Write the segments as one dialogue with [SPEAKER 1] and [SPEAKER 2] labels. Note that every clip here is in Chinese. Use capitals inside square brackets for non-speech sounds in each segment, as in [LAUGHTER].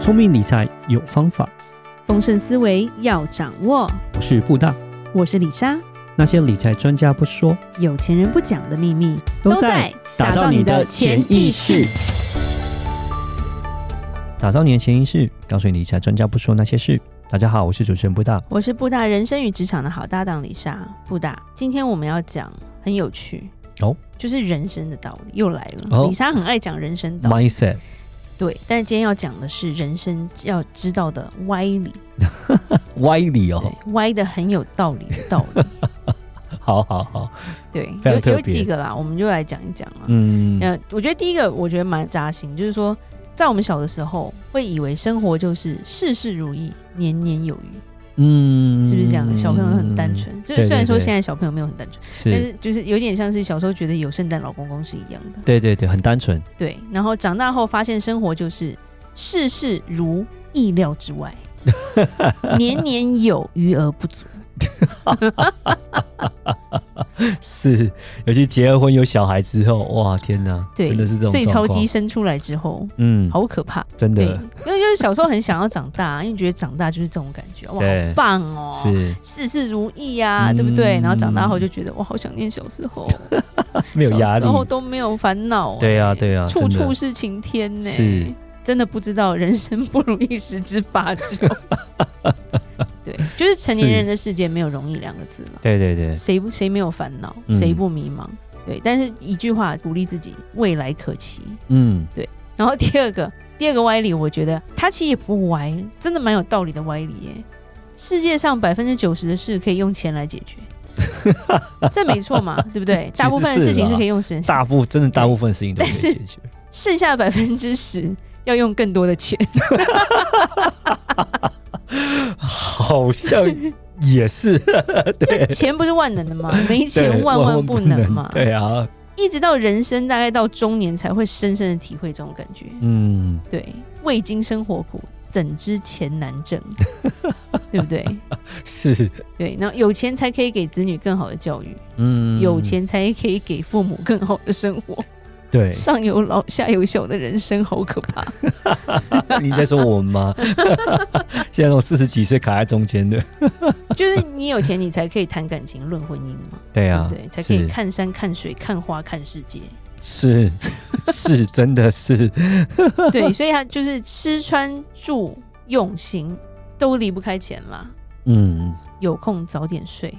[SPEAKER 1] 聪明理财有方法，
[SPEAKER 2] 丰盛思维要掌握。
[SPEAKER 1] 我是布大。
[SPEAKER 2] 我是李莎，
[SPEAKER 1] 那些理财专家不说，
[SPEAKER 2] 有钱人不讲的秘密
[SPEAKER 1] 打造你的潜意识。。打造你的潜意识，告诉你理财专家不说那些事。大家好，我是主持人布大。
[SPEAKER 2] 我是布大人生与职场的好搭档李莎。布大，今天我们要讲很有趣
[SPEAKER 1] 哦，
[SPEAKER 2] 就是人生的道理又来了。
[SPEAKER 1] 哦
[SPEAKER 2] 李莎很爱讲人生道理，
[SPEAKER 1] Mindset
[SPEAKER 2] 对，但是今天要讲的是人生要知道的歪理，
[SPEAKER 1] 歪理
[SPEAKER 2] 对
[SPEAKER 1] 哦，，
[SPEAKER 2] 歪的很有道理的道
[SPEAKER 1] [LAUGHS]
[SPEAKER 2] 理。
[SPEAKER 1] 好好好，
[SPEAKER 2] 对
[SPEAKER 1] 非常，特
[SPEAKER 2] 有有
[SPEAKER 1] 别
[SPEAKER 2] 几个啦，我们就来讲一讲啊。
[SPEAKER 1] 嗯，
[SPEAKER 2] 呃，我觉得第一个我觉得蛮扎心，就是说，在我们小的时候会以为生活就是事事如意、年年有余，
[SPEAKER 1] 嗯
[SPEAKER 2] 是不是这样？小朋友很单，纯，就是
[SPEAKER 1] 对
[SPEAKER 2] 虽然说
[SPEAKER 1] 对对
[SPEAKER 2] 现在小朋友没有很单纯，但
[SPEAKER 1] 是，
[SPEAKER 2] 是就是有点像是小时候觉得有圣诞老公公是一样的。
[SPEAKER 1] 对对对，很单纯，
[SPEAKER 2] 对，然后长大后发现生活就是事事如意料之
[SPEAKER 1] [LAUGHS]
[SPEAKER 2] 外，年年有余而不足。
[SPEAKER 1] 是，尤其结了婚有小孩之后，哇，天哪，
[SPEAKER 2] 对，
[SPEAKER 1] 真的是这种
[SPEAKER 2] 碎
[SPEAKER 1] 状
[SPEAKER 2] 钞
[SPEAKER 1] 况
[SPEAKER 2] 机，生出来之后，
[SPEAKER 1] 嗯，
[SPEAKER 2] 好可怕。
[SPEAKER 1] 真
[SPEAKER 2] 对，
[SPEAKER 1] 的
[SPEAKER 2] 因为就是小时候很想要长大，因为觉得长大就是这种感觉，哇，
[SPEAKER 1] 对
[SPEAKER 2] 好棒哦，
[SPEAKER 1] 是
[SPEAKER 2] 事事如意呀、
[SPEAKER 1] 嗯
[SPEAKER 2] 对不对？然后长大后就觉得，我好想念小时候，
[SPEAKER 1] 没有压力
[SPEAKER 2] 然，后都没有烦恼、
[SPEAKER 1] 对
[SPEAKER 2] 呀、
[SPEAKER 1] 啊对啊
[SPEAKER 2] 哎处
[SPEAKER 1] 真的
[SPEAKER 2] 处是晴天呢、
[SPEAKER 1] 是
[SPEAKER 2] 真的不知道人生不如意十之
[SPEAKER 1] [LAUGHS]
[SPEAKER 2] 八九。对，就是成年人的世界没有容易两个字了，
[SPEAKER 1] 对对对，
[SPEAKER 2] 谁不谁没有烦恼，
[SPEAKER 1] 嗯
[SPEAKER 2] 谁不迷茫？对，但是一句话鼓励自己，未来可期。 [LAUGHS]
[SPEAKER 1] 嗯，
[SPEAKER 2] 然后第二个，第二个歪理，我觉得它其实也不歪，真的蛮有道理的歪理耶。世界上百分之九十的事可以用钱来解
[SPEAKER 1] [LAUGHS]
[SPEAKER 2] 决，这没错嘛，对不对？
[SPEAKER 1] 其实
[SPEAKER 2] [LAUGHS] 大部分的
[SPEAKER 1] 是
[SPEAKER 2] 事情是
[SPEAKER 1] 啦
[SPEAKER 2] 可以用钱，
[SPEAKER 1] 大部真的大部分的事情都可以
[SPEAKER 2] 但是
[SPEAKER 1] 解决，
[SPEAKER 2] 剩下的百分之十要用更多的钱。
[SPEAKER 1] 好
[SPEAKER 2] [LAUGHS]
[SPEAKER 1] 像也是， [LAUGHS] 对，
[SPEAKER 2] 钱不是万能的嘛，没钱
[SPEAKER 1] 对
[SPEAKER 2] 万万不能嘛。
[SPEAKER 1] 对啊，
[SPEAKER 2] 一直到人生大概到中年才会深深的体会这种感觉。
[SPEAKER 1] 嗯，
[SPEAKER 2] 对，未经生活苦，怎知钱难
[SPEAKER 1] [LAUGHS]
[SPEAKER 2] 挣，对不对？
[SPEAKER 1] 是，
[SPEAKER 2] 对，然后有钱才可以给子女更好的教育。
[SPEAKER 1] 嗯，
[SPEAKER 2] 有，钱才可以给父母更好的生活，
[SPEAKER 1] 对，
[SPEAKER 2] 上有老下有小的人生好
[SPEAKER 1] [LAUGHS]
[SPEAKER 2] 可怕。
[SPEAKER 1] 你在说我们吗？ [LAUGHS] 现在那种四十几岁卡在中间的，
[SPEAKER 2] 就是你有钱，你才可以谈感情、论婚姻嘛，
[SPEAKER 1] 对
[SPEAKER 2] 对
[SPEAKER 1] 啊，
[SPEAKER 2] 不对？才可以看山、看水、看花、看世
[SPEAKER 1] [LAUGHS]
[SPEAKER 2] 界。
[SPEAKER 1] 是是，真的是，
[SPEAKER 2] 对，所以他就是吃穿住用行都离不开钱啦。
[SPEAKER 1] 嗯，
[SPEAKER 2] 有空早点睡，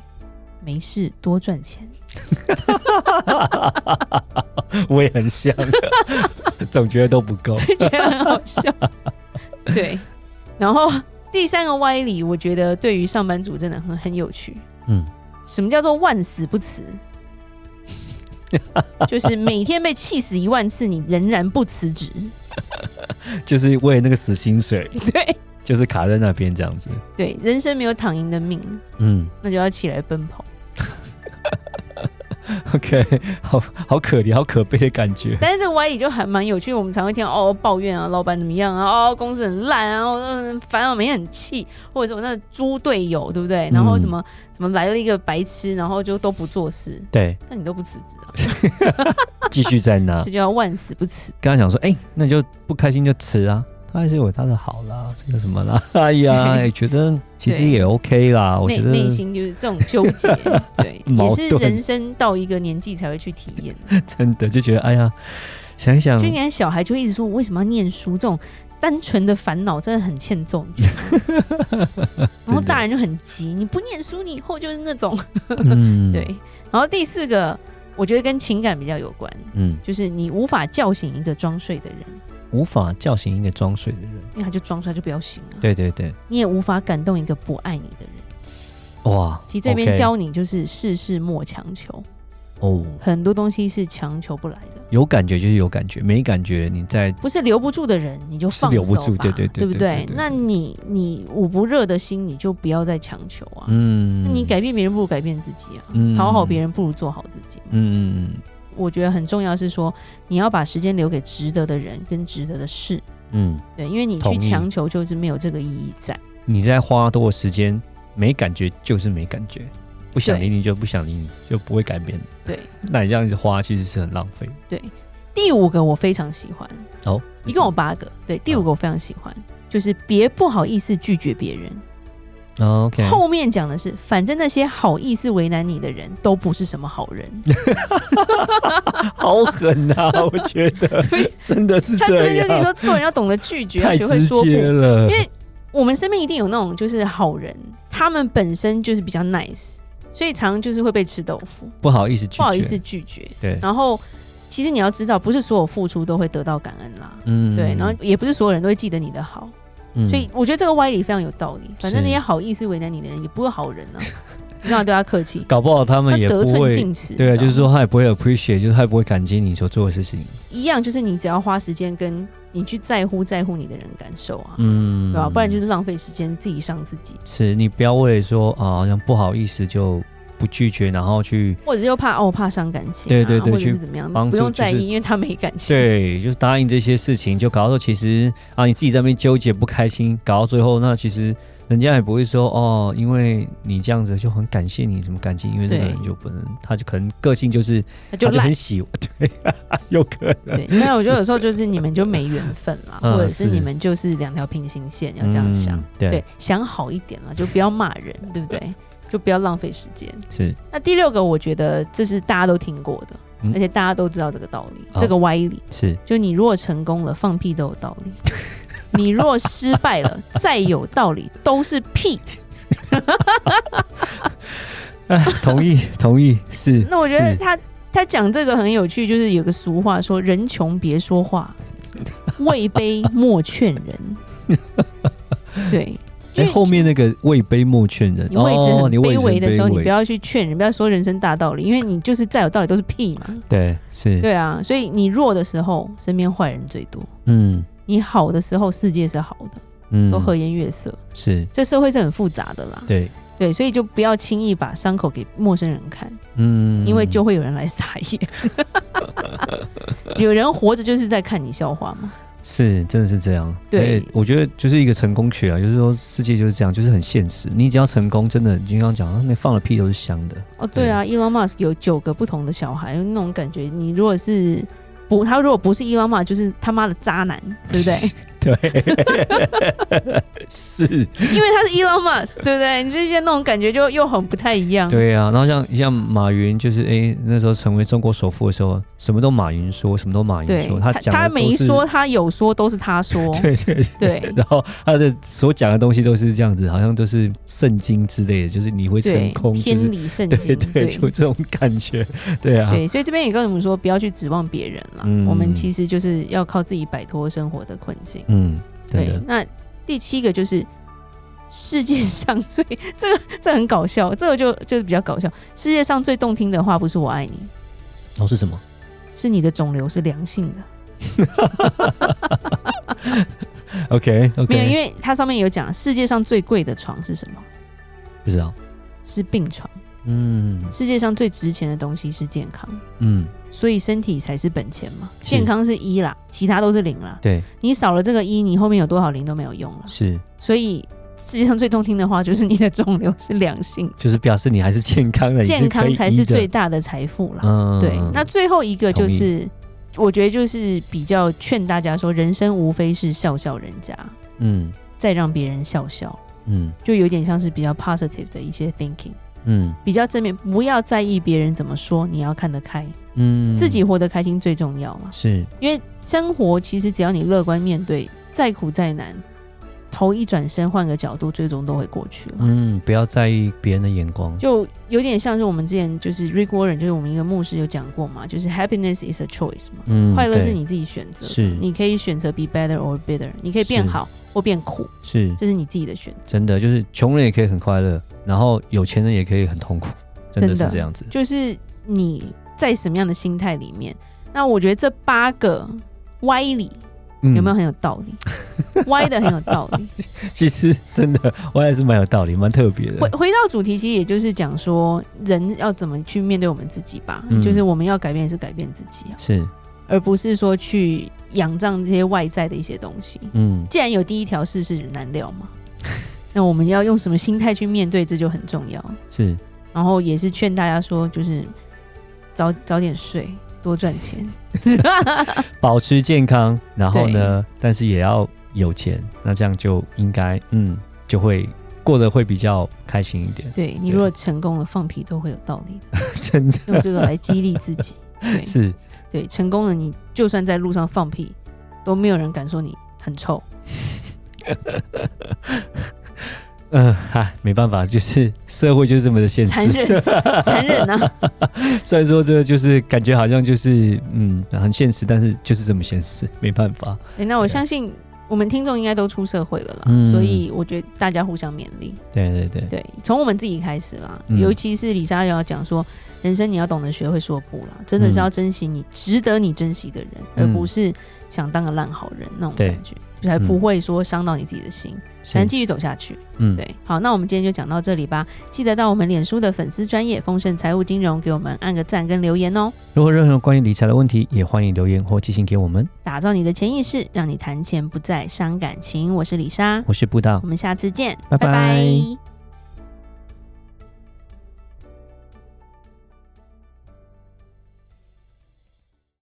[SPEAKER 2] 没事多
[SPEAKER 1] [LAUGHS]
[SPEAKER 2] 赚钱。
[SPEAKER 1] 我也很像， [LAUGHS] 总觉得都不够，
[SPEAKER 2] 觉得很好
[SPEAKER 1] [LAUGHS]
[SPEAKER 2] 笑。对，然后第三个歪理，我觉得对于上班族真的很很有趣。
[SPEAKER 1] 嗯，
[SPEAKER 2] 什么叫做万死不
[SPEAKER 1] [LAUGHS]
[SPEAKER 2] 辞？就是每天被气死一万次，你仍然不辞
[SPEAKER 1] [LAUGHS]
[SPEAKER 2] 职。
[SPEAKER 1] 就是为了那个死薪水，
[SPEAKER 2] 对
[SPEAKER 1] 就是卡在那边这样子，
[SPEAKER 2] 对，人生没有躺赢的命，
[SPEAKER 1] 嗯
[SPEAKER 2] 那就要起来奔跑。
[SPEAKER 1] [LAUGHS] ，OK，好好可怜，好可悲的感觉，
[SPEAKER 2] 但是这个歪理就还蛮有趣，我们常会听到哦抱怨啊，老板怎么样啊，哦公司很烂啊，我很烦啊，每天很气，或者什么那猪队友，对不对？然
[SPEAKER 1] 嗯
[SPEAKER 2] 后怎么、怎么来了一个白痴，然后就都不做事，
[SPEAKER 1] 对，
[SPEAKER 2] 那你都不辞职啊？
[SPEAKER 1] 继续在那，
[SPEAKER 2] 这就叫万死不辞。
[SPEAKER 1] 跟他讲说，哎、那你就不开心就辞啊。他还是有他的好啦，这个什么啦， [LAUGHS] 哎呀，也觉得其实
[SPEAKER 2] 对
[SPEAKER 1] 也 OK 啦，我
[SPEAKER 2] 内
[SPEAKER 1] 觉得
[SPEAKER 2] 内心就是这种纠
[SPEAKER 1] [LAUGHS]
[SPEAKER 2] 结，对，也
[SPEAKER 1] 矛
[SPEAKER 2] 是
[SPEAKER 1] 盾
[SPEAKER 2] 人生到一个年纪才会去体验。
[SPEAKER 1] 真的就觉得，哎呀，想一想
[SPEAKER 2] 就，连小孩就一直说，我为什么要念书？这种单纯的烦恼真的很欠揍，你觉得
[SPEAKER 1] [LAUGHS]
[SPEAKER 2] 吗然后大人就很急，你不念书，你以后就是那种
[SPEAKER 1] 嗯，
[SPEAKER 2] [LAUGHS] 对，。然后第四个，我觉得跟情感比较有关，
[SPEAKER 1] 嗯，
[SPEAKER 2] 就是你无法叫醒一个装睡的人，
[SPEAKER 1] 无法叫醒一个装睡的人，
[SPEAKER 2] 因为他就装睡，他就不要醒啊。
[SPEAKER 1] 对对对，
[SPEAKER 2] 你也无法感动一个不爱你的人。
[SPEAKER 1] 哇，
[SPEAKER 2] 其实这边
[SPEAKER 1] OK
[SPEAKER 2] 教你就是事事莫强求。
[SPEAKER 1] 哦，
[SPEAKER 2] 很多东西是强求不来的，
[SPEAKER 1] 有感觉就是有感觉，没感觉你在
[SPEAKER 2] 不是留不住的人你就放
[SPEAKER 1] 是留
[SPEAKER 2] 手
[SPEAKER 1] 不住
[SPEAKER 2] 吧
[SPEAKER 1] 对对对
[SPEAKER 2] 对不
[SPEAKER 1] 对对对对
[SPEAKER 2] 那你你捂不热的心，你就不要再强求啊。
[SPEAKER 1] 嗯
[SPEAKER 2] 那，你改变别人不如改变自己啊，
[SPEAKER 1] 嗯
[SPEAKER 2] 讨好别，人不如做好自己。
[SPEAKER 1] 嗯嗯
[SPEAKER 2] 我觉得很重要是说，你要把时间留给值得的人跟值得的事，
[SPEAKER 1] 嗯，
[SPEAKER 2] 对，因为你
[SPEAKER 1] 同
[SPEAKER 2] 去
[SPEAKER 1] 意
[SPEAKER 2] 强求就是没有这个意义在。
[SPEAKER 1] 你在花多的时间，没感觉就是没感觉，不想理你就不想理你，就不会改变。
[SPEAKER 2] 对，
[SPEAKER 1] 那你这样子花其实是很浪费。
[SPEAKER 2] 第五个我非常喜欢，
[SPEAKER 1] 哦，
[SPEAKER 2] 一共有八个，对，第五个我非常喜欢，就是别不好意思拒绝别人。
[SPEAKER 1] 哦 OK，
[SPEAKER 2] 后面讲的是，反正那些好意思为难你的人都不是什么好人。
[SPEAKER 1] [LAUGHS] 好狠
[SPEAKER 2] [LAUGHS]
[SPEAKER 1] 啊！我觉得真的是
[SPEAKER 2] 他这
[SPEAKER 1] 这
[SPEAKER 2] 边就跟你
[SPEAKER 1] 样，
[SPEAKER 2] 说，做人要懂得拒绝，要
[SPEAKER 1] 太
[SPEAKER 2] 学会
[SPEAKER 1] 直
[SPEAKER 2] 说不。
[SPEAKER 1] 接
[SPEAKER 2] 因
[SPEAKER 1] 了。
[SPEAKER 2] 为我们身边一定有那种就是好人，他们本身就是比较 nice，所以常常就是会被吃豆腐，
[SPEAKER 1] 不好意思拒绝，
[SPEAKER 2] 不好意思，拒绝。
[SPEAKER 1] 对，
[SPEAKER 2] 然后其实你要知道，不是所有付出都会得到感恩啦。
[SPEAKER 1] 嗯
[SPEAKER 2] 对，然后也不是所有人都会记得你的好，
[SPEAKER 1] 嗯
[SPEAKER 2] 所以我觉得这个歪理非常有道理。反正
[SPEAKER 1] 是
[SPEAKER 2] 那些好意思为难你的人，也不是好人啊，你干嘛对他客气？
[SPEAKER 1] 搞不好他
[SPEAKER 2] 他
[SPEAKER 1] 们也
[SPEAKER 2] 得
[SPEAKER 1] 不
[SPEAKER 2] 寸
[SPEAKER 1] 会，
[SPEAKER 2] 进尺。
[SPEAKER 1] 对啊，
[SPEAKER 2] 你知
[SPEAKER 1] 就
[SPEAKER 2] 道吗啊
[SPEAKER 1] 是说他也不会 appreciate，就是他也不会感激你所做的事情，
[SPEAKER 2] 一样，就是你只要花时间跟你去在乎在乎你的人感受啊，
[SPEAKER 1] 嗯，
[SPEAKER 2] 对吧、不然就是浪费时间自己伤自己，
[SPEAKER 1] 是你不要为了说啊，好像不好意思就不拒绝，然后去
[SPEAKER 2] 或者是又怕哦怕伤感情、啊，
[SPEAKER 1] 对对对
[SPEAKER 2] 或者
[SPEAKER 1] 去
[SPEAKER 2] 是怎么样，
[SPEAKER 1] 帮助
[SPEAKER 2] 不用在意，
[SPEAKER 1] 就是
[SPEAKER 2] 因为他没感情。
[SPEAKER 1] 对，就是答应这些事情，就搞到说其实啊，你自己在那边纠结不开心，搞到最后，那其实人家也不会说哦，因为你这样子就很感谢你什么感激，因为这个
[SPEAKER 2] 对
[SPEAKER 1] 人就不能，他就可能个性就是
[SPEAKER 2] 那就
[SPEAKER 1] 他就
[SPEAKER 2] 烂
[SPEAKER 1] 很。喜欢， [LAUGHS] 对，有可能，
[SPEAKER 2] 对，没有，我觉得有时候就是你们就没缘分
[SPEAKER 1] [LAUGHS]
[SPEAKER 2] 啦，
[SPEAKER 1] 嗯
[SPEAKER 2] 或者
[SPEAKER 1] 是
[SPEAKER 2] 是你们就是两条平行线，要这样想。
[SPEAKER 1] 嗯对，
[SPEAKER 2] 对，想好一点了，就不要骂人，对不对？就不要浪费时间。
[SPEAKER 1] 是
[SPEAKER 2] 那第六个，我觉得这是大家都听过的，
[SPEAKER 1] 嗯
[SPEAKER 2] 而且大家都知道这个道理，
[SPEAKER 1] 好
[SPEAKER 2] 这个歪理，
[SPEAKER 1] 是，
[SPEAKER 2] 就你若成功了，放屁都有
[SPEAKER 1] [LAUGHS]
[SPEAKER 2] 道理；你若失败了，再有道理都是屁。
[SPEAKER 1] 哎，同意，同意， [LAUGHS] 是。
[SPEAKER 2] 那我觉得
[SPEAKER 1] 是
[SPEAKER 2] 他他讲这个很有趣，就是有个俗话说“人穷别说
[SPEAKER 1] [LAUGHS]
[SPEAKER 2] 话，位卑莫劝人”。对，因
[SPEAKER 1] 哎、
[SPEAKER 2] 为
[SPEAKER 1] 后面那个位卑莫劝人，
[SPEAKER 2] 你位置
[SPEAKER 1] 哦
[SPEAKER 2] 很
[SPEAKER 1] 你
[SPEAKER 2] 卑
[SPEAKER 1] 置
[SPEAKER 2] 微的时候，
[SPEAKER 1] 卑
[SPEAKER 2] 你
[SPEAKER 1] 微
[SPEAKER 2] 不要去劝人，不要说人生大道理，因为你就是再有道理都是屁嘛。
[SPEAKER 1] 对，是，
[SPEAKER 2] 对啊，所以你弱的时候，身边坏人最多；
[SPEAKER 1] 嗯
[SPEAKER 2] 你好的时候，世界是好的，
[SPEAKER 1] 嗯，
[SPEAKER 2] 都和颜悦色。
[SPEAKER 1] 是，
[SPEAKER 2] 这社会是很复杂的啦，
[SPEAKER 1] 对，
[SPEAKER 2] 对，所以就不要轻易把伤口给陌生人看，
[SPEAKER 1] 嗯，
[SPEAKER 2] 因为就会有人来撒野。有人活着就是在看你笑话嘛。
[SPEAKER 1] 是，真的是这样。
[SPEAKER 2] 对
[SPEAKER 1] 哎我觉得就是一个成功学啊，就是说世界就是这样，就是很现实。你只要成功，真的，你刚刚讲，啊那放了屁都是香的。
[SPEAKER 2] 哦，对啊，Elon Musk 有九个不同的小孩，那种感觉，你如果是不，他如果不是 Elon Musk，就是他妈的渣男，对不对？ [LAUGHS]
[SPEAKER 1] 对， [LAUGHS] 是，
[SPEAKER 2] 因为他是 Elon Musk，对不对？你这些那种感觉就又很不太一样。
[SPEAKER 1] 对啊。然后像像马云，就是哎、那时候成为中国首富的时候，什么都马云说，什么都马云
[SPEAKER 2] 对，
[SPEAKER 1] 说，
[SPEAKER 2] 他
[SPEAKER 1] 讲的
[SPEAKER 2] 他
[SPEAKER 1] 都
[SPEAKER 2] 没
[SPEAKER 1] 是
[SPEAKER 2] 说，他有说，都是他说。
[SPEAKER 1] [LAUGHS] 对对
[SPEAKER 2] 对
[SPEAKER 1] 然后他的所讲的东西都是这样子，好像都是圣经之类的，就是你会成
[SPEAKER 2] 对
[SPEAKER 1] 功，就
[SPEAKER 2] 天
[SPEAKER 1] 是
[SPEAKER 2] 理圣
[SPEAKER 1] 对
[SPEAKER 2] 经，
[SPEAKER 1] 对，就啊这种感觉，对啊，
[SPEAKER 2] 对，所以这边也跟你们说，不要去指望别人啦。
[SPEAKER 1] 嗯
[SPEAKER 2] 我们其实就是要靠自己摆脱生活的困境。
[SPEAKER 1] 嗯，真
[SPEAKER 2] 对
[SPEAKER 1] 的，，
[SPEAKER 2] 那第七个就是世界上最 [LAUGHS] 这个这很搞笑，这个就就是比较搞笑。世界上最动听的话不是“我爱你
[SPEAKER 1] 哦是什么？”，
[SPEAKER 2] 是你的肿瘤是良性的。
[SPEAKER 1] OK OK，
[SPEAKER 2] 没有，因为它上面有讲，世界上最贵的床是什么？
[SPEAKER 1] 不知道。
[SPEAKER 2] 是病床。
[SPEAKER 1] 嗯
[SPEAKER 2] 世界上最值钱的东西是健康。
[SPEAKER 1] 嗯，
[SPEAKER 2] 所以身体才是本钱嘛，
[SPEAKER 1] 是
[SPEAKER 2] 健康是一啦，其他都是零啦。
[SPEAKER 1] 对，
[SPEAKER 2] 你少了这个一，你后面有多少零都没有用了。
[SPEAKER 1] 是，
[SPEAKER 2] 所以世界上最动听的话就是你的肿瘤是良性，
[SPEAKER 1] 就是表示你还是健康的，你
[SPEAKER 2] 健
[SPEAKER 1] 可
[SPEAKER 2] 康
[SPEAKER 1] 以
[SPEAKER 2] 才
[SPEAKER 1] 医
[SPEAKER 2] 是
[SPEAKER 1] 的
[SPEAKER 2] 最大的财富啦。
[SPEAKER 1] 嗯
[SPEAKER 2] 对，那最后一个就是，我觉得就是比较劝大家说，人生无非是笑笑人家，
[SPEAKER 1] 嗯
[SPEAKER 2] 再让别人笑笑，
[SPEAKER 1] 嗯
[SPEAKER 2] 就有点像是比较 positive 的一些 thinking，
[SPEAKER 1] 嗯
[SPEAKER 2] 比较正面，不要在意别人怎么说，你要看得开，
[SPEAKER 1] 嗯，
[SPEAKER 2] 自己活得开心最重要了。
[SPEAKER 1] 是
[SPEAKER 2] 因为生活其实只要你乐观面对，再苦再难，头一转身换个角度，最终都会过去了。
[SPEAKER 1] 嗯，不要在意别人的眼光，
[SPEAKER 2] 就有点像是我们之前就是 Rick Warren，就是我们一个牧师有讲过嘛，就是 happiness is a choice 嘛，
[SPEAKER 1] 嗯，
[SPEAKER 2] 快乐是
[SPEAKER 1] 对
[SPEAKER 2] 你自己选择的，
[SPEAKER 1] 是
[SPEAKER 2] 你可以选择 be better or bitter，你可以变
[SPEAKER 1] 是
[SPEAKER 2] 好或变苦，
[SPEAKER 1] 是
[SPEAKER 2] 这是你自己的选择。
[SPEAKER 1] 真的，就是穷人也可以很快乐，然后有钱人也可以很痛苦，真的
[SPEAKER 2] 真
[SPEAKER 1] 是
[SPEAKER 2] 的
[SPEAKER 1] 这样子。
[SPEAKER 2] 就是你在什么样的心态里面，那我觉得这八个歪理
[SPEAKER 1] 嗯
[SPEAKER 2] 有没有？很有道理？
[SPEAKER 1] [LAUGHS]
[SPEAKER 2] 歪的很有道理。
[SPEAKER 1] 其实真的，我也是蛮有道理，蛮特别
[SPEAKER 2] 回
[SPEAKER 1] 的。
[SPEAKER 2] 回到主题，其实也就是讲说，人要怎么去面对我们自己吧。
[SPEAKER 1] 嗯
[SPEAKER 2] 就是我们要改变是改变自己啊，
[SPEAKER 1] 是，
[SPEAKER 2] 而不是说去仰仗这些外在的一些东西。
[SPEAKER 1] 嗯，
[SPEAKER 2] 既然有第一条世事难料
[SPEAKER 1] [LAUGHS]
[SPEAKER 2] 嘛，那我们要用什么心态去面对，这就很重要。
[SPEAKER 1] 是，
[SPEAKER 2] 然后也是劝大家说，就是早早点睡，
[SPEAKER 1] [LAUGHS]
[SPEAKER 2] 多赚钱。
[SPEAKER 1] 保持健康，然后
[SPEAKER 2] 对，
[SPEAKER 1] 呢，但是也要有钱，那这样就应该嗯就会过得会比较开心一点
[SPEAKER 2] [LAUGHS] 对你
[SPEAKER 1] 对
[SPEAKER 2] 如果成功了，放屁都会有道理的，
[SPEAKER 1] 真的
[SPEAKER 2] 用这个来激励自己。
[SPEAKER 1] [LAUGHS]
[SPEAKER 2] 对
[SPEAKER 1] 是
[SPEAKER 2] 对，成功了，你就算在路上放屁，都没有人敢说你很臭。
[SPEAKER 1] 嗯哈，没办法，就是社会就是这么的现
[SPEAKER 2] 残
[SPEAKER 1] 实。
[SPEAKER 2] 忍，残忍啊！
[SPEAKER 1] [LAUGHS] 虽然说这个就是感觉好像就是嗯很现实，但是就是这么现实，没办法。
[SPEAKER 2] 对哎那我
[SPEAKER 1] 对
[SPEAKER 2] 相信我们听众应该都出社会了啦，
[SPEAKER 1] 嗯
[SPEAKER 2] 所以我觉得大家互相勉励。
[SPEAKER 1] 对对对，
[SPEAKER 2] 对，从我们自己开始啦，
[SPEAKER 1] 嗯
[SPEAKER 2] 尤其是李莎要讲说，人生你要懂得学会说不啦，真的是要珍惜你值得你珍惜的人，
[SPEAKER 1] 嗯
[SPEAKER 2] 而不是想当个烂好人那种
[SPEAKER 1] 对嗯
[SPEAKER 2] 感觉，才不会说伤到你自己的心，才能
[SPEAKER 1] 是
[SPEAKER 2] 继续走下去。
[SPEAKER 1] 嗯，
[SPEAKER 2] 对，好，那我们今天就讲到这里吧，记得到我们脸书的粉丝专业丰盛财务金融给我们按个赞跟留言哦。
[SPEAKER 1] 如果任何关于理财的问题，也欢迎留言或寄信给我们。
[SPEAKER 2] 打造你的潜意识，让你谈钱不再伤感情。我是李莎，
[SPEAKER 1] 我是布大，
[SPEAKER 2] 我们下次见，
[SPEAKER 1] 拜拜
[SPEAKER 2] 拜拜